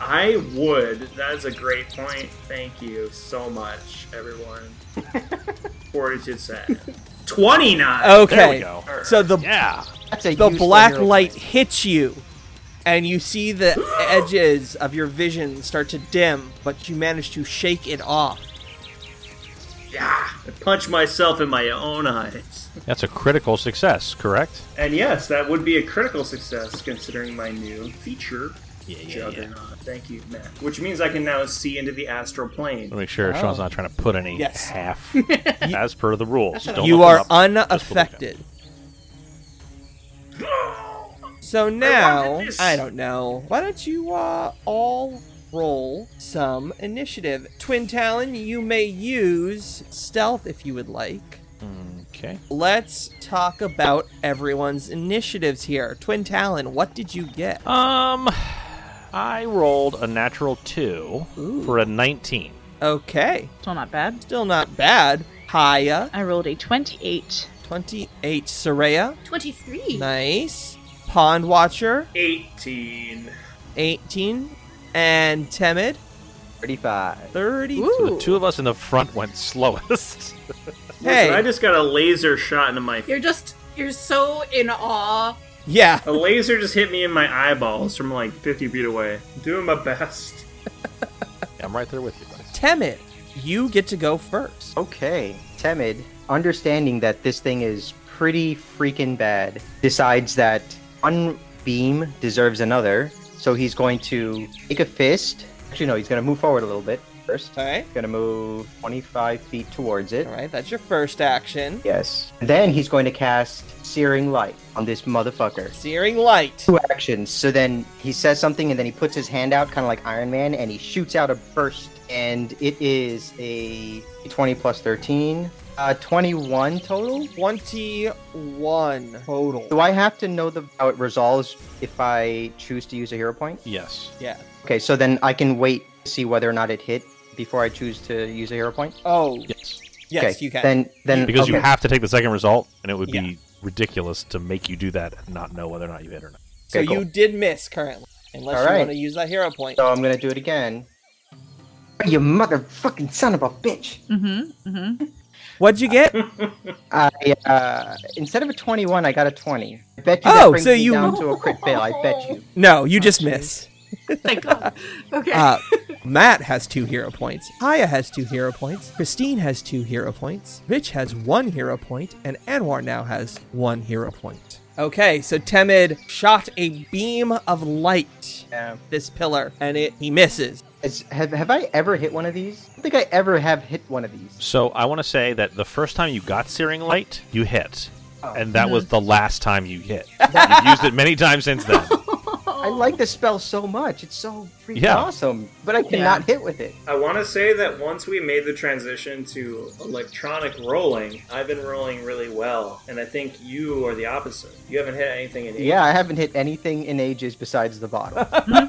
I would. That is a great point. Thank you so much, everyone.
[LAUGHS]
fortitude set. 29.
okay.
There we go.
So the
Yeah.
That's a
the
useful
black
hero
light
point.
hits you and you see the edges of your vision start to dim but you manage to shake it off
Yeah. I punch myself in my own eyes.
That's a critical success, correct?
And yes, that would be a critical success considering my new feature. Juggernaut. Thank you, Matt. Which means I can now see into the astral
[LAUGHS]
plane.
Let me make sure Sean's not trying to put any [LAUGHS]
Yes.
half as per the rules. Don't
you
look
are
them up. Just believe it.
unaffected So now,
wanted this.
I don't know. Why don't you uh, all roll some initiative? Twin Talon, you may use stealth if you would like.
Okay.
Let's talk about everyone's initiatives here. Twin Talon, what did you get?
Um, I rolled a natural two
Ooh.
for a 19.
Okay.
Still not bad.
Still not bad. Haya,
I rolled a 28.
28. Soraya,
23.
nice. Pond Watcher,
18.
18. And Temid,
35.
30.
So the
Ooh.
two of us in the front went [LAUGHS] slowest.
Hey.
Listen, I just got a laser shot into my.
You're just, you're so in awe.
Yeah.
A laser just hit me in my eyeballs from like 50 feet away. Doing my best.
I'm right there with you guys.
Temid, you get to go first.
Okay. Temid, understanding that this thing is pretty freaking bad, decides that one beam deserves another. So he's going to take a fist. Actually, no, he's going to move forward a little bit first.
All right.
He's going to move 25 feet towards it.
All right. That's your first action.
Yes. Then he's going to cast Searing Light on this motherfucker.
Searing Light.
Two actions. So then he says something and then he puts his hand out, kind of like Iron Man, and he shoots out a burst. And it is a 20 plus 13, uh, 21 total.
21
Do
total.
I have to know the how it resolves if I choose to use a hero point?
Yes.
Yeah.
Okay, so then I can wait to see whether or not it hit before I choose to use a hero point.
Oh,
Yes.
yes,
okay.
you can.
Then, then
Because you
okay.
have to take the second result, and it would be
Yeah.
ridiculous to make you do that and not know whether or not you hit or not.
so
okay, cool.
you did miss currently, unless
All
you
right.
want to use that hero point.
So I'm gonna do it again. You motherfucking son of a bitch!
Mm-hmm. Mm-hmm.
What'd you get?
I uh, instead of a 21, I got a 20. I bet you
Oh,
that brings
so
me
[LAUGHS]
you-
down to a crit fail. I bet you.
No, you just
jeez.
miss.
Oh, [LAUGHS] Thank God. Okay.
Uh, Matt has two hero points. Aya has two hero points. Christine has two hero points. Rich has one hero point, and Anwar now has one hero point. Okay, so Temid shot a beam of light
Yeah.
this pillar, and it he misses.
Um, Has, have have I ever hit one of these? I don't think I ever have hit one of these.
So I want to say that the first time you got Searing Light, you hit.
Oh.
And that was the last time you hit. You've used it many times since
[LAUGHS]
then.
I like this spell so much. It's so freaking
Yeah.
awesome, but I cannot hit with it.
I want to say that once we made the transition to electronic rolling, I've been rolling really well, and I think you are the opposite. You haven't hit anything in
Yeah, I haven't hit anything in ages besides the bottle.
[LAUGHS]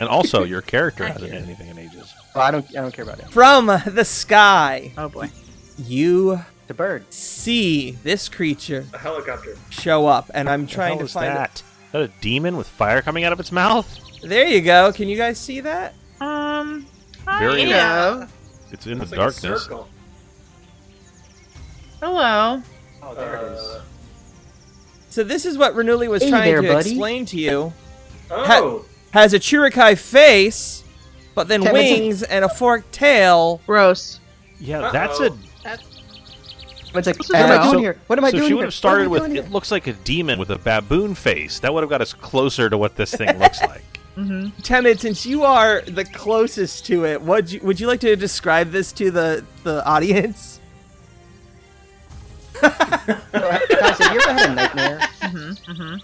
And also, your character hasn't hit anything in ages.
Well, I don't I don't care about it.
From the sky,
Oh boy.
you
It's a bird.
see this creature
a helicopter.
show up, and I'm
the hell
trying to
is
find it.
that. Is that a demon with fire coming out of its mouth?
There you go. Can you guys see that?
Um.
Very-
Hello.
It's in
It's
the
like a
darkness.
circle.
Hello.
Oh, there it is.
Uh,
So this is what Renuli was
Hey
trying
there,
to
buddy.
explain to you.
oh,
Has a Churikai face, but then
Damn it.
wings and a forked tail.
Gross.
Yeah, that's a.
Uh-oh.
It's like,
This is
what am I
about-
doing
So-
here? What am I
so
doing
she
here?
would have started
what am I
with
doing
it
here?
looks like a demon with a baboon face. That would have got us closer to what this thing looks like.
Mm-hmm.
Temid, since you are the closest to it, would you would you like to describe this to the the audience?
Guys, have you ever had a nightmare?
Mm-hmm. Mm-hmm.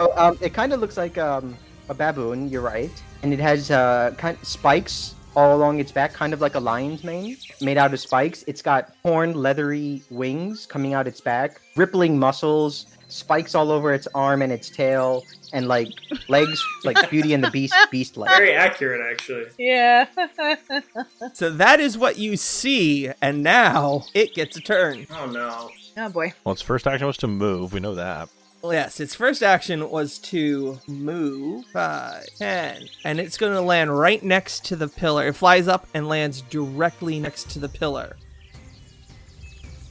Oh, um, it kind of looks like um, a baboon. You're right, and it has uh, kind spikes all along its back, kind of like a lion's mane, made out of spikes. It's got horned, leathery wings coming out its back, rippling muscles, spikes all over its arm and its tail, and like legs, like Beauty and the Beast, beast like.
very accurate actually.
Yeah. [LAUGHS]
So that is what you see, and now it gets a turn.
Oh no.
oh boy.
Well, its first action was to move. We know that.
Well, Yes, its first action was to move 5, 10, and it's going to land right next to the pillar. It flies up and lands directly next to the pillar. [LAUGHS]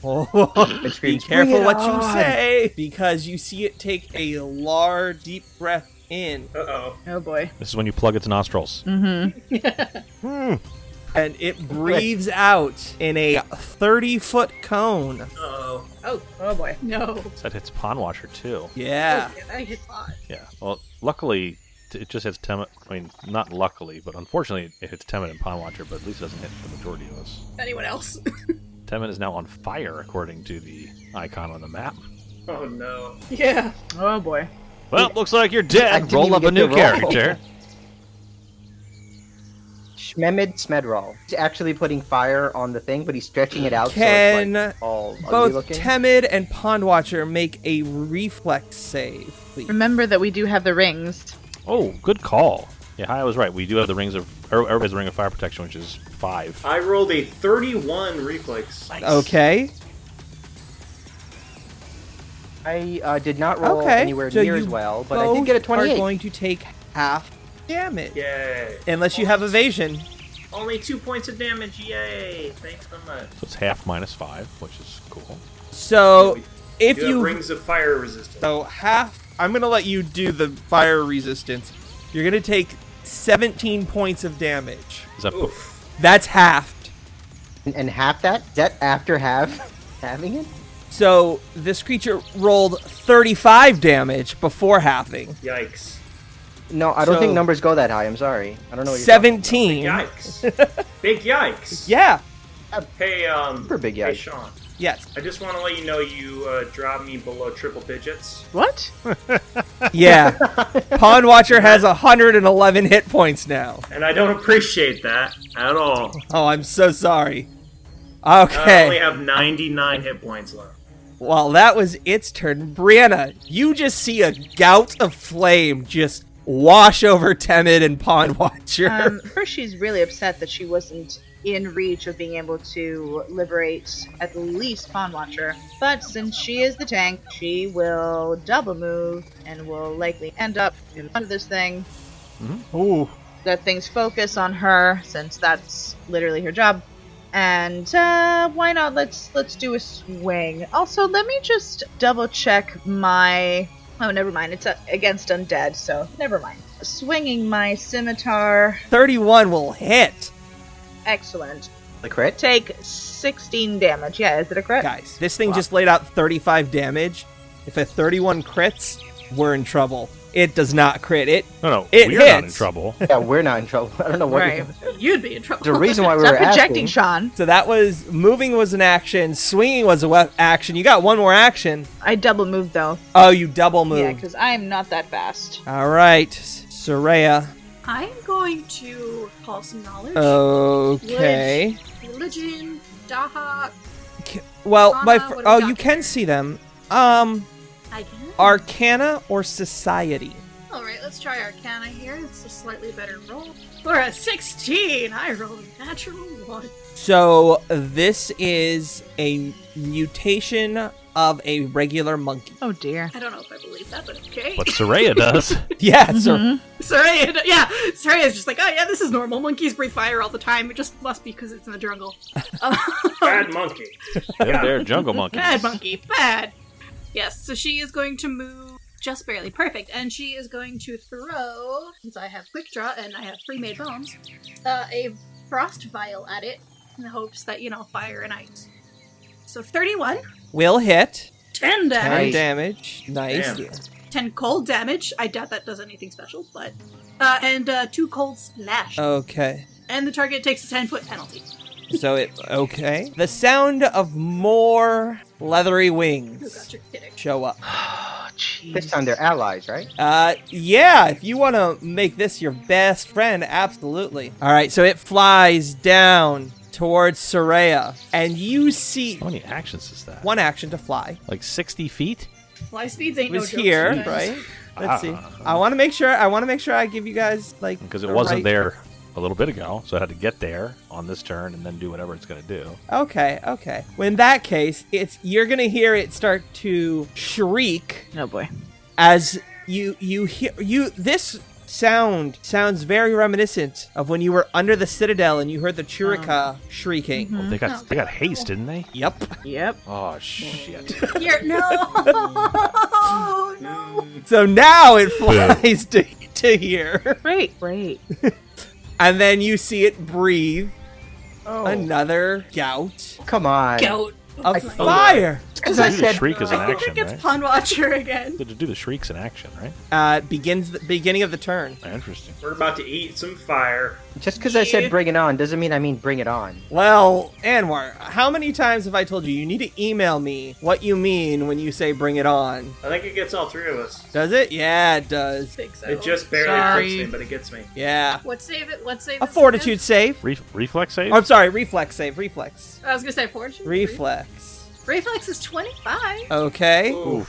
Oh,
It
be
screams,
careful
"Bring it
what you
on!"
say, because you see it take a large, deep breath in,
Uh oh.
Oh boy.
This is when you plug its nostrils.
Mm.
Mm-hmm.
Hmm.
and
[LAUGHS]
it breathes out in a 30 foot cone.
Uh oh.
Oh. Oh boy.
no.
So that hits Pond Watcher too.
Yeah.
I hit five.
Yeah. Well, luckily, t- it just hits Temet. I mean, not luckily, but unfortunately, it hits Temet and Pond Watcher, but at least it doesn't hit the majority of us.
Anyone else? [LAUGHS]
Temet is now on fire, according to the icon on the map.
Oh no.
Yeah.
Oh boy.
Well, looks like you're
I
dead.
didn't
Roll
even
up a
get
new
to roll.
character.
Shmemed Smedral. He's actually putting fire on the thing, but he's stretching it out
Can
so it's like all ugly
Both
looking.
Temid and Pond Watcher make a reflex save, please.
Remember that we do have the rings.
Oh, good call. Yeah, I was right. We do have the rings of. er- Everybody has the ring of fire protection, which is five.
I rolled a 31 reflex.
Okay.
I uh, did not roll
okay.
anywhere
so
near
you
as well, Oh, but I did
both
get a
Are
28.
going to take half damage
Yay.
unless you have evasion.
Only two points of damage. Yay. Thanks so much.
So it's half minus five, which is cool.
So if
You have
you Oh.
rings of fire resistance.
so half, I'm gonna let you do the fire resistance. You're gonna take 17 points of damage.
Is that
Oof.
That's halved.
And, and half that? Is that after half
[LAUGHS]
having it?
So this creature rolled 35 damage before halving.
Yikes.
No, I don't
So-
think numbers go that high. I'm sorry. I don't know what you're talking about.
17.
Yikes.
[LAUGHS]
Big yikes.
Yeah.
Hey, um.
Super big
Hey,
yikes.
Sean.
[LAUGHS]
Yes.
I just want to let you know you uh, dropped me below triple digits.
What?
Yeah. Pawn Watcher has 111 hit points now.
And I don't appreciate that at all.
Oh, I'm so sorry.
I only
Okay.
have 99 hit points left.
While that was its turn, Brianna, you just see a gout of flame just wash over Temid and Pawn Watcher.
Um, [LAUGHS] first, she's really upset that she wasn't in reach of being able to liberate at least Pawn Watcher. But since she is the tank, she will double move and will likely end up in front of this thing.
Um,
Ooh.
That thing's focus on her, since that's literally her job. And uh, why not? Let's let's do a swing. Also, let me just double check my. Oh, never mind. It's uh, against undead, so never mind. Swinging my scimitar.
31 will hit.
Excellent.
The crit?
Take 16 damage. Yeah, is it a crit?
Guys, this thing just laid out 35 damage. If a 31 crits, we're in trouble. It does not crit. It
No, no.
It
we're not in
hits.
trouble.
Yeah, we're not in trouble. [LAUGHS] I don't know what.
Right.
You'd be in trouble.
The reason why we
Stop
were
projecting,
asking.
Sean.
So that was moving was an action, swinging was a we- action. You got one more action.
I double moved though.
Oh, you double move.
Yeah, because I'm not that fast.
All right, Soraya.
I'm going to call some knowledge.
Uh. Okay.
Religion, Daha.
K- Well, my
Anna,
fr-
what do we
oh,
got
you can
here?
see them. Um,
I can.
Arcana or Society.
All right, let's try Arcana here. It's a slightly better roll. For a 16, I rolled a natural one.
So this is a mutation of a regular monkey. [LAUGHS]
Oh dear.
I don't know if I believe that, but okay.
But Soraya does.
Yeah, so
Mhm.
[LAUGHS] Sorry, and- yeah, sorry. It's just like, oh yeah, this is normal. Monkeys breathe fire all the time. It just must be because it's in the jungle. Um,
Bad monkey.
[LAUGHS]
They're, they're jungle monkeys.
bad monkey, bad. Yes, so she is going to move just barely perfect, and she is going to throw since I have quick draw and I have three made bombs, uh, a frost vial at it in the hopes that you know fire and ice. So thirty-one,
will hit.
ten
Ten
damage.
Nice.
damage. Nice.
Damn.
10 cold damage. I doubt that does anything special, but. Uh, and uh, 2 cold slash.
Oh. Okay.
And the target takes a 10 foot penalty.
So it okay. The sound of more leathery
Who
wings
got your kidding?
show up.
Oh, jeez.
This time they're allies, right?
Uh, yeah. If you want to make this your best friend, absolutely. All right. So it flies down towards Soraya, and you see
How many actions is that?
one action to fly.
Like 60 feet?
Fly speeds ain't
It
no
was
joke,
here,
you guys.
right? Let's see.
Ah.
I want to make sure. I want to make sure I give you guys like
Because it
the
wasn't
right-
there a little bit ago, so I had to get there on this turn and then do whatever it's going to do.
Mm-hmm.
Okay, okay. Well, in that case, it's you're gonna hear it start to shriek
Oh boy.
as you you hear you this sound sounds very reminiscent of when you were under the citadel and you heard the churika shrieking
Oh, they got
Oh.
they got haste, didn't they?
yep
Yep.
Oh shit!
[LAUGHS] Here, no! no!
so now it flies [LAUGHS] to, to here
Wait, wait.
and then you see it breathe
Oh,
another gout
come on.
Goat.
of
my
fire
Because I said- Shriek is an
I
action,
think it's
right?
Pond Watcher again.
Did to do the shrieks in action, right?
Uh, begins the beginning of the turn.
Interesting.
We're about to eat some fire.
Just because I
Yeah.
said bring it on doesn't mean I mean bring it on.
Well, Anwar, how many times have I told you you need to email me what you mean when you say bring it on?
I think it gets all three of us.
Does it? Yeah, it
I
does.
think so.
It just barely
Sorry.
hurts me, but it gets me.
Yeah.
What save it? What save
A
it
fortitude save.
Re- reflex save.
Oh, I'm sorry, reflex save. Reflex.
again? I was gonna say fortitude.
Reflex.
Reflex is twenty-five.
Okay.
Oof.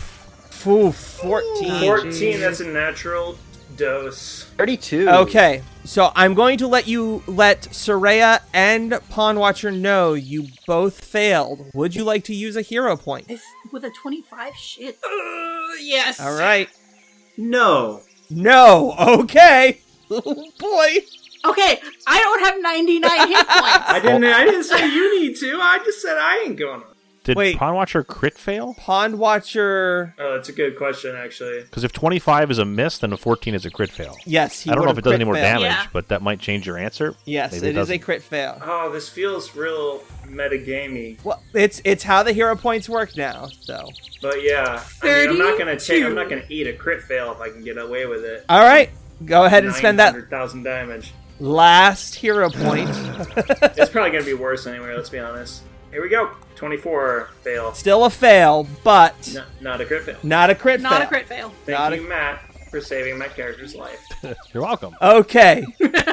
Foo, 14.
14, that's a natural dose.
Thirty-two.
Okay, so I'm going to let you let Soraya and Pawn Watcher know you both failed. Would you like to use a hero point?
If, with a twenty-five, shit. Uh, yes.
All right.
No.
No. Okay. [LAUGHS] Oh, boy.
Okay, I don't have ninety-nine
[LAUGHS]
hit
I
points.
didn't I didn't say you need to. I just said I ain't going on.
Did
Wait.
Pawn Watcher crit fail?
Pawn Watcher.
Oh, that's a good question, actually.
Because if 25 is a miss, then a 14 is a crit fail.
Yes, he
I don't know if
would've
it does
crit
any more
failed.
damage,
Yeah.
but that might change your answer.
Yes,
Maybe
it is a
doesn't.
crit fail.
Oh, this feels real metagamey.
Well, it's it's how the hero points work now. So,
But yeah, I mean, I'm not gonna take.
32.
I'm not gonna eat a crit fail if I can get away with it.
all right, go ahead and spend that
900,000 damage.
last hero point.
It's probably gonna be worse anyway. Let's be honest. Here we go. 24 fail.
Still a fail, but
N- not a crit fail.
not a crit
Not
fail.
a crit fail.
Thank
Not a-
you, Matt, for saving my character's life.
You're welcome.
Okay.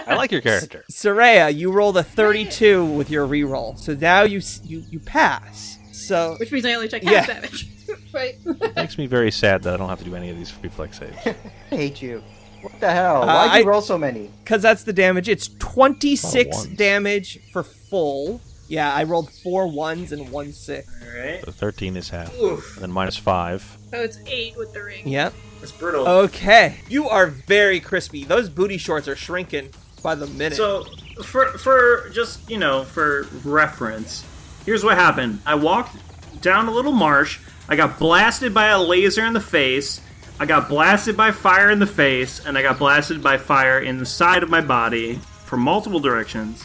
I
[LAUGHS]
like your character.
Saraya, you rolled a 32 with your reroll, so now you s- you you pass. So
Which means I only took half
Yeah.
damage. [LAUGHS]
Right.
It makes me very sad that I don't have to do any of these reflex saves.
I hate you. What the hell?
Uh,
Why'd you
I-
roll so many?
because that's the damage, it's 26
Lot of ones.
damage for full. Yeah, I rolled four ones and one six.
All right.
So 13 is half.
Oof.
And then minus 5.
Oh, it's eight with the ring.
Yep.
That's brutal.
Okay. You are very crispy. Those booty shorts are shrinking by the minute.
So, for for just you know for reference, here's what happened. I walked down a little marsh. I got blasted by a laser in the face. I got blasted by fire in the face, and I got blasted by fire in the side of my body from multiple directions.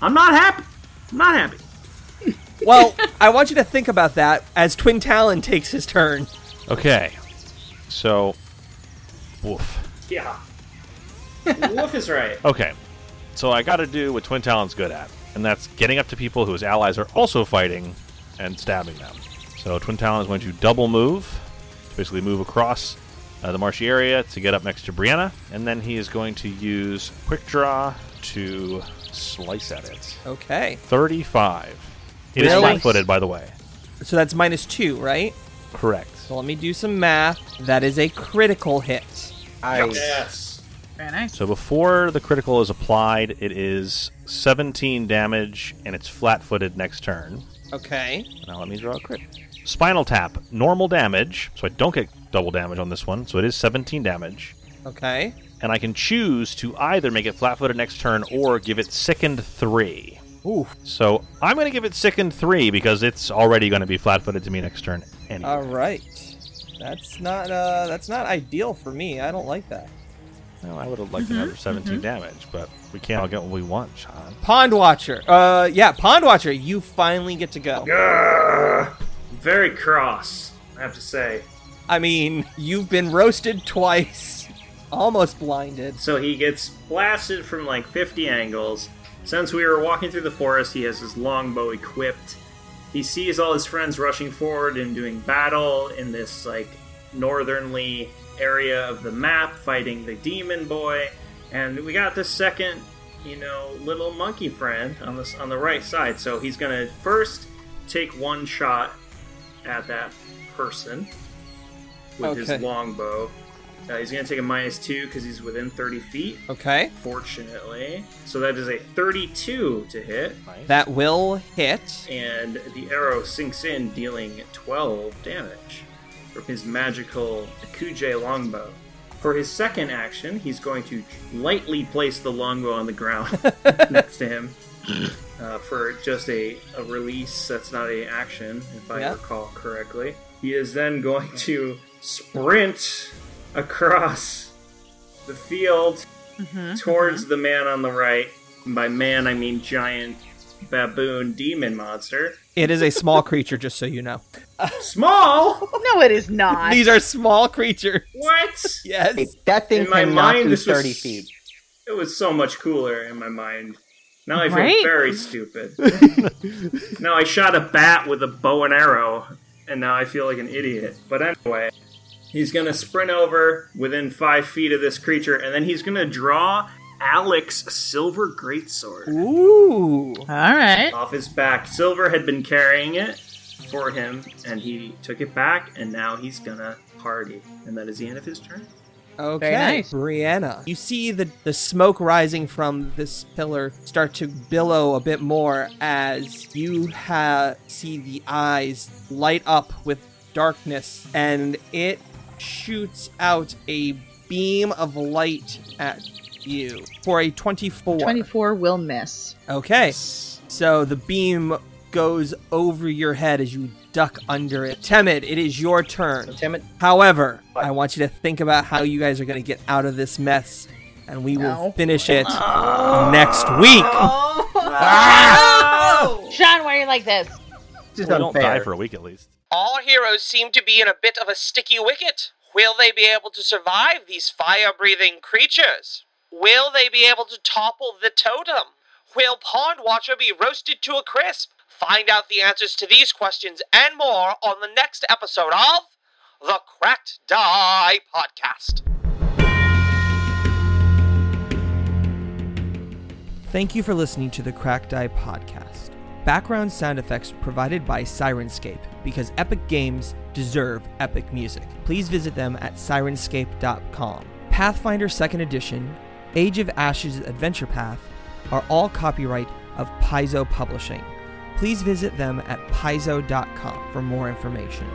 I'm not happy. I'm not happy.
well, I want you to think about that as Twin Talon takes his turn.
Okay. So. Woof.
Yeah. [LAUGHS] Wolf is right.
Okay. So I got to do what Twin Talon's good at, and that's getting up to people whose allies are also fighting and stabbing them. So Twin Talon is going to double move, to basically move across uh, the marshy area to get up next to Brianna, and then he is going to use Quick Draw to slice at it.
Okay.
35. It is
Really?
flat footed, by the way.
So that's minus two, right?
Correct.
So let me do some math. That is a critical hit.
I
Yes.
Very nice.
So before the critical is applied, it is 17 damage, and it's flat footed next turn.
Okay.
Now let me draw a crit. Spinal Tap, normal damage, so I don't get double damage on this one, so it is 17 damage.
Okay.
And I can choose to either make it flat footed next turn or give it sickened 3.
Ooh.
So I'm going to give it sickened 3 because it's already going to be flat footed to me next turn anyway.
All right. That's not uh that's not ideal for me. I don't like that.
Well, I would have liked another 17 damage, but we can't all get what we want, Sean.
Pond Watcher. Uh yeah, Pond Watcher, you finally get to go.
Grr. Very cross, I have to say.
I mean, you've been roasted twice. [LAUGHS] Almost blinded.
So he gets blasted from like 50 angles. Since we were walking through the forest, he has his longbow equipped. He sees all his friends rushing forward and doing battle in this like northernly area of the map, fighting the demon boy. And we got this second, you know, little monkey friend on this on the right side. So he's gonna first take one shot at that person with his
Okay.
longbow. Uh, he's going to take a minus two because he's within 30 feet,
Okay.
fortunately. So that is a 32 to hit,
That will hit.
and the arrow sinks in, dealing 12 damage from his magical Akuje longbow. For his second action, he's going to lightly place the longbow on the ground [LAUGHS] next to him uh, for just a, a release. That's not a action, if I
Yeah.
recall correctly. He is then going to sprint across the field towards the man on the right. And by man, I mean giant baboon demon monster.
It is a small creature, just so you know.
Small?
Oh, No, it is
[LAUGHS]
not.
These are small creatures.
What?
Hey,
Yes.
that thing
In my
can knock
mind,
you
this was
30 feet.
It was so much cooler in my mind. Now I feel
Right?
very stupid. [LAUGHS] now I shot a bat with a bow and arrow, and now I feel like an idiot. But anyway, he's gonna sprint over within five feet of this creature, and then he's gonna draw Alex Silver Greatsword
Ooh.
All right.
off his back. Silver had been carrying it for him, and he took it back, and now he's gonna party. And that is the end of his turn.
Okay.
nice.
Brianna. You see the, the smoke rising from this pillar start to billow a bit more as you ha- see the eyes light up with darkness and it shoots out a beam of light at you for a 24.
24 will miss.
Okay. So the beam goes over your head as you duck under it. Temid, it is your turn.
So, Timid,
However,
What?
I want you to think about how you guys are going to get out of this mess, and we will
No.
finish it next week.
Oh!
Sean, why are you like this?
this is
Well, we don't die
unfair.
for a week at least.
All heroes seem to be in a bit of a sticky wicket. Will they be able to survive these fire breathing creatures? Will they be able to topple the totem? Will Pond Watcher be roasted to a crisp? Find out the answers to these questions and more on the next episode of the Cracked Die Podcast.
Thank you for listening to the Cracked Eye Podcast. Background sound effects provided by Sirenscape because epic games deserve epic music. Please visit them at sirenscape.com. Pathfinder 2nd Edition, Age of Ashes Adventure Path are all copyright of Paizo Publishing. Please visit them at paizo.com for more information.